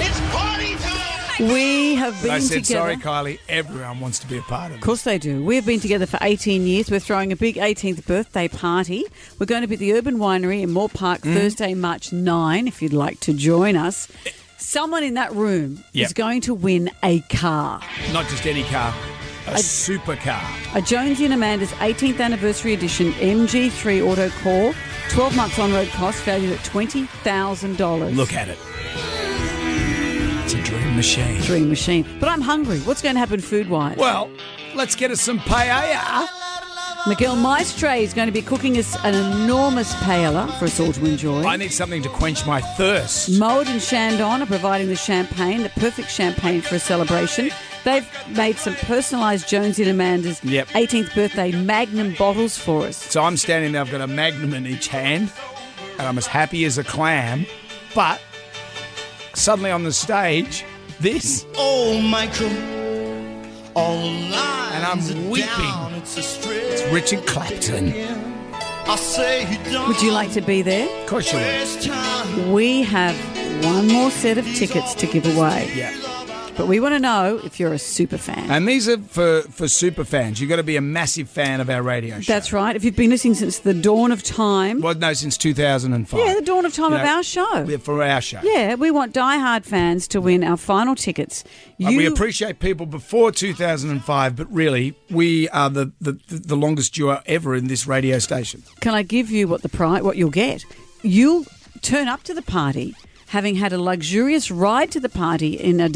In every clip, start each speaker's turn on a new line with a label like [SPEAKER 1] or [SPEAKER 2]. [SPEAKER 1] It's party time!
[SPEAKER 2] We have been
[SPEAKER 3] I said,
[SPEAKER 2] together.
[SPEAKER 3] sorry, Kylie, everyone wants to be a part of
[SPEAKER 2] Of
[SPEAKER 3] it.
[SPEAKER 2] course they do. We've been together for 18 years. We're throwing a big 18th birthday party. We're going to be at the Urban Winery in Moore Park
[SPEAKER 3] Mm.
[SPEAKER 2] Thursday, March 9, if you'd like to join us. Someone in that room
[SPEAKER 3] Yep.
[SPEAKER 2] is going to win a car.
[SPEAKER 3] Not just any car, a supercar.
[SPEAKER 2] A Jonesy and Amanda's 18th anniversary edition MG3 Auto Core, 12 months on road cost valued at $20,000.
[SPEAKER 3] Look at it. It's a dream machine.
[SPEAKER 2] dream machine. But I'm hungry. What's going to happen food wise?
[SPEAKER 3] Well, let's get us some paella.
[SPEAKER 2] Miguel Maestre is going to be cooking us an enormous paella for us all to enjoy.
[SPEAKER 3] I need something to quench my thirst.
[SPEAKER 2] Mold and Chandon are providing the champagne, the perfect champagne for a celebration. They've made some personalised Jonesy and Amanda's
[SPEAKER 3] Yep.
[SPEAKER 2] 18th birthday magnum bottles for us.
[SPEAKER 3] So I'm standing there, I've got a magnum in each hand, and I'm as happy as a clam. But suddenly on the stage, this,
[SPEAKER 1] Oh, Michael. All lines
[SPEAKER 3] And I'm
[SPEAKER 1] are
[SPEAKER 3] weeping.
[SPEAKER 1] down. It's a
[SPEAKER 3] it's
[SPEAKER 1] strip.
[SPEAKER 3] Richard Clapton.
[SPEAKER 1] I say you don't.
[SPEAKER 2] Would you like to be there?
[SPEAKER 3] Of course you would.
[SPEAKER 1] waste time.
[SPEAKER 2] We have one more set of tickets to give away.
[SPEAKER 3] Yeah.
[SPEAKER 2] But we want to know if you're a super fan.
[SPEAKER 3] And these are for, for super fans. You've got to be a massive fan of our radio show.
[SPEAKER 2] That's right. If you've been listening since the dawn of time,
[SPEAKER 3] Well, no, since 2005.
[SPEAKER 2] yeah, the dawn of time
[SPEAKER 3] You
[SPEAKER 2] of
[SPEAKER 3] know,
[SPEAKER 2] our show.
[SPEAKER 3] Yeah, For our show.
[SPEAKER 2] Yeah, we want diehard fans to win our final tickets.
[SPEAKER 3] Uh,
[SPEAKER 2] You,
[SPEAKER 3] we appreciate people before 2005, but really, we are the, the, the longest duo ever in this radio station.
[SPEAKER 2] can I give you what the prize? What you'll get? You'll turn up to the party having had a luxurious ride to the party in a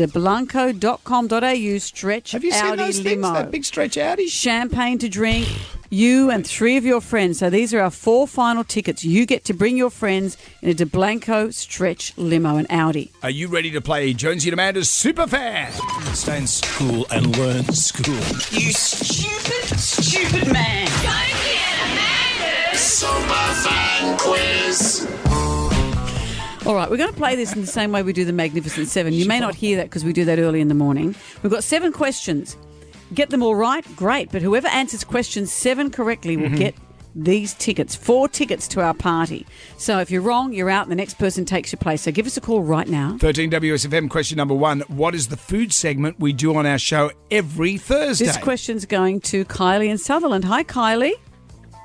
[SPEAKER 2] deblanco.com.au stretch
[SPEAKER 3] Have you seen
[SPEAKER 2] Audi
[SPEAKER 3] those things?
[SPEAKER 2] limo.
[SPEAKER 3] That big stretch Audi?
[SPEAKER 2] champagne to drink. You and three of your friends. So these are our four final tickets. You get to bring your friends in a DeBlanco stretch limo and Audi.
[SPEAKER 3] Are you ready to play Jonesy and Amanda's Superfan? Stay in school and learn school.
[SPEAKER 4] You stupid, stupid man.
[SPEAKER 1] Superfan quiz.
[SPEAKER 2] All right, we're going to play this in the same way we do the Magnificent Seven. You may not hear that because we do that early in the morning. We've got seven questions. Get them all right, great. But whoever answers question seven correctly
[SPEAKER 3] Mm-hmm.
[SPEAKER 2] will get these tickets, four tickets to our party. So if you're wrong, you're out. and The next person takes your place. So give us a call right now.
[SPEAKER 3] 13 WSFM question number one. What is the food segment we do on our show every Thursday?
[SPEAKER 2] This question's going to Kylie in Sutherland. Hi, Kylie.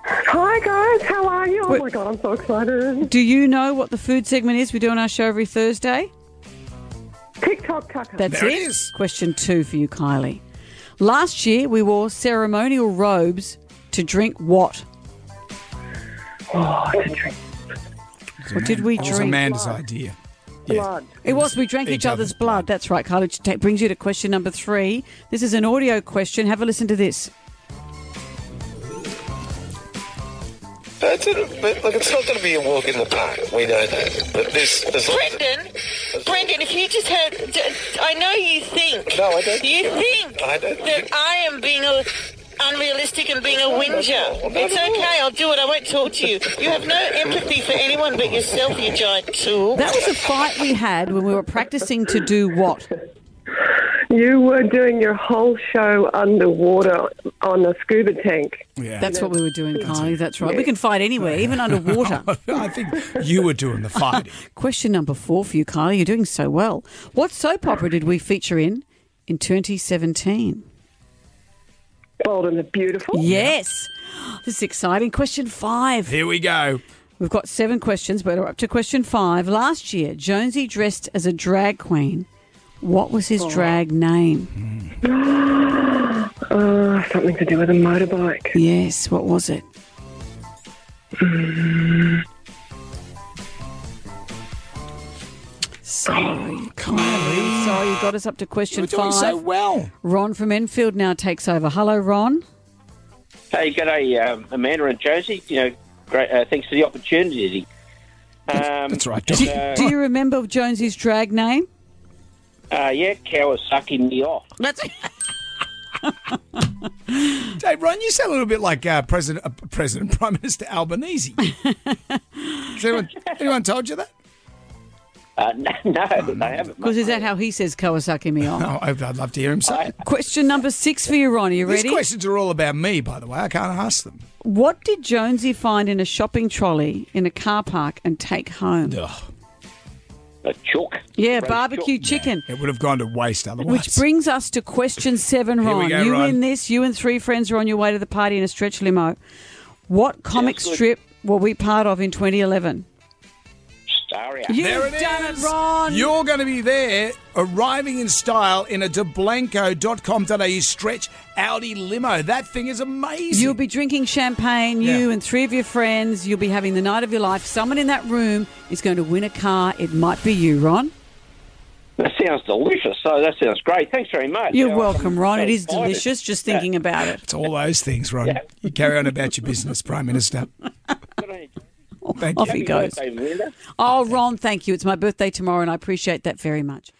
[SPEAKER 5] Hi guys, how are you? Oh
[SPEAKER 2] Wait.
[SPEAKER 5] my god, I'm so excited.
[SPEAKER 2] Do you know what the food segment is we do on our show every Thursday?
[SPEAKER 5] TikTok Tucker.
[SPEAKER 2] That's
[SPEAKER 3] There
[SPEAKER 2] it.
[SPEAKER 3] it is.
[SPEAKER 2] Question two for you, Kylie. Last year, we wore ceremonial robes to drink what? What did we
[SPEAKER 3] It was
[SPEAKER 2] drink?
[SPEAKER 3] Amanda's idea.
[SPEAKER 5] blood.
[SPEAKER 2] It was we drank each, other's blood. That's right, Kylie. Which ta- brings you to question number three. This is an audio question. Have a listen to this.
[SPEAKER 6] That's it. But look, it's not going to be a walk in the park. We know that. But this, as long as
[SPEAKER 4] Brendan, Brendan, if you just had, I know you think.
[SPEAKER 6] No, I don't.
[SPEAKER 4] You think
[SPEAKER 6] I don't
[SPEAKER 4] that
[SPEAKER 6] think-
[SPEAKER 4] I am being a, unrealistic and being a whinger.
[SPEAKER 6] Not
[SPEAKER 4] It's
[SPEAKER 6] at all.
[SPEAKER 4] okay. I'll do it. I won't talk to you. You have no empathy for anyone but yourself, you giant tool.
[SPEAKER 2] That was a fight we had when we were practicing to do what?
[SPEAKER 5] You were doing your whole show underwater on a scuba tank.
[SPEAKER 3] Yeah.
[SPEAKER 2] That's what we were doing, Kylie. That's right. We can fight anywhere, even underwater.
[SPEAKER 3] I think you were doing the fighting.
[SPEAKER 2] Question number four for you, Kylie. You're doing so well. What soap opera did we feature in in 2017?
[SPEAKER 5] Bold and the beautiful.
[SPEAKER 2] Yes. This is exciting. Question five.
[SPEAKER 3] Here we go.
[SPEAKER 2] We've got seven questions, but we're up to question five. Last year, Jonesy dressed as a drag queen. What was
[SPEAKER 3] Oh.
[SPEAKER 2] his drag name?
[SPEAKER 5] Uh, something to do with a motorbike.
[SPEAKER 2] Yes, what was it? Sorry,
[SPEAKER 3] Oh,
[SPEAKER 2] Kylie. Sorry, you got us up to
[SPEAKER 3] You
[SPEAKER 2] question
[SPEAKER 3] were doing
[SPEAKER 2] five.
[SPEAKER 3] so well.
[SPEAKER 2] Ron from Enfield now takes over. Hello, Ron.
[SPEAKER 7] Hey, g'day, um, Amanda and Josie. You know, great. Uh, thanks for the opportunity. Um,
[SPEAKER 3] That's right,
[SPEAKER 2] Do,
[SPEAKER 3] John.
[SPEAKER 2] do you remember Jonesy's drag name?
[SPEAKER 7] Uh, yeah, Kawasaki me off.
[SPEAKER 2] That's
[SPEAKER 3] Dave, Ryan, you sound a little bit like uh, President, uh, President, Prime Minister Albanese. Has anyone, anyone told you that?
[SPEAKER 7] Uh, no, no, they haven't.
[SPEAKER 2] Because is that how he says Kawasaki Mio?
[SPEAKER 3] Oh, I'd I'd love to hear him say. it.
[SPEAKER 2] Question number six for you, Ron. Are you
[SPEAKER 3] These
[SPEAKER 2] ready?
[SPEAKER 3] questions are all about me, by the way. I can't ask them.
[SPEAKER 2] What did Jonesy find in a shopping trolley in a car park and take home?
[SPEAKER 7] A chalk.
[SPEAKER 2] Yeah,
[SPEAKER 7] Roast
[SPEAKER 2] barbecue
[SPEAKER 7] chalk.
[SPEAKER 2] chicken.
[SPEAKER 3] It would have gone to waste otherwise.
[SPEAKER 2] Which brings us to question seven,
[SPEAKER 3] Here we
[SPEAKER 2] Ron.
[SPEAKER 3] go,
[SPEAKER 2] you
[SPEAKER 3] Ron.
[SPEAKER 2] win this. You and three friends are on your way to the party in a stretch limo. What comic
[SPEAKER 7] good.
[SPEAKER 2] strip were we part of in 2011?
[SPEAKER 7] Staria.
[SPEAKER 2] You've
[SPEAKER 3] There it
[SPEAKER 2] done
[SPEAKER 3] is.
[SPEAKER 2] it, Ron.
[SPEAKER 3] You're going to be there, arriving in style in a deblanco.com.au stretch Audi limo. That thing is amazing.
[SPEAKER 2] You'll be drinking champagne, you
[SPEAKER 3] Yeah.
[SPEAKER 2] and three of your friends. You'll be having the night of your life. Someone in that room is going to win a car. It might be you, Ron.
[SPEAKER 7] That sounds delicious. So that sounds great. Thanks very much.
[SPEAKER 2] You're
[SPEAKER 7] Yeah,
[SPEAKER 2] welcome,
[SPEAKER 7] I'm
[SPEAKER 2] Ron. It is
[SPEAKER 7] excited.
[SPEAKER 2] delicious just thinking about it.
[SPEAKER 3] it's all those things, Ron. You carry on about your business, Prime Minister.
[SPEAKER 7] Good on you.
[SPEAKER 3] Thank
[SPEAKER 2] Off
[SPEAKER 3] you.
[SPEAKER 2] he goes.
[SPEAKER 7] Birthday, Melinda.
[SPEAKER 2] Oh, Ron, thank you. It's my birthday tomorrow, and I appreciate that very much.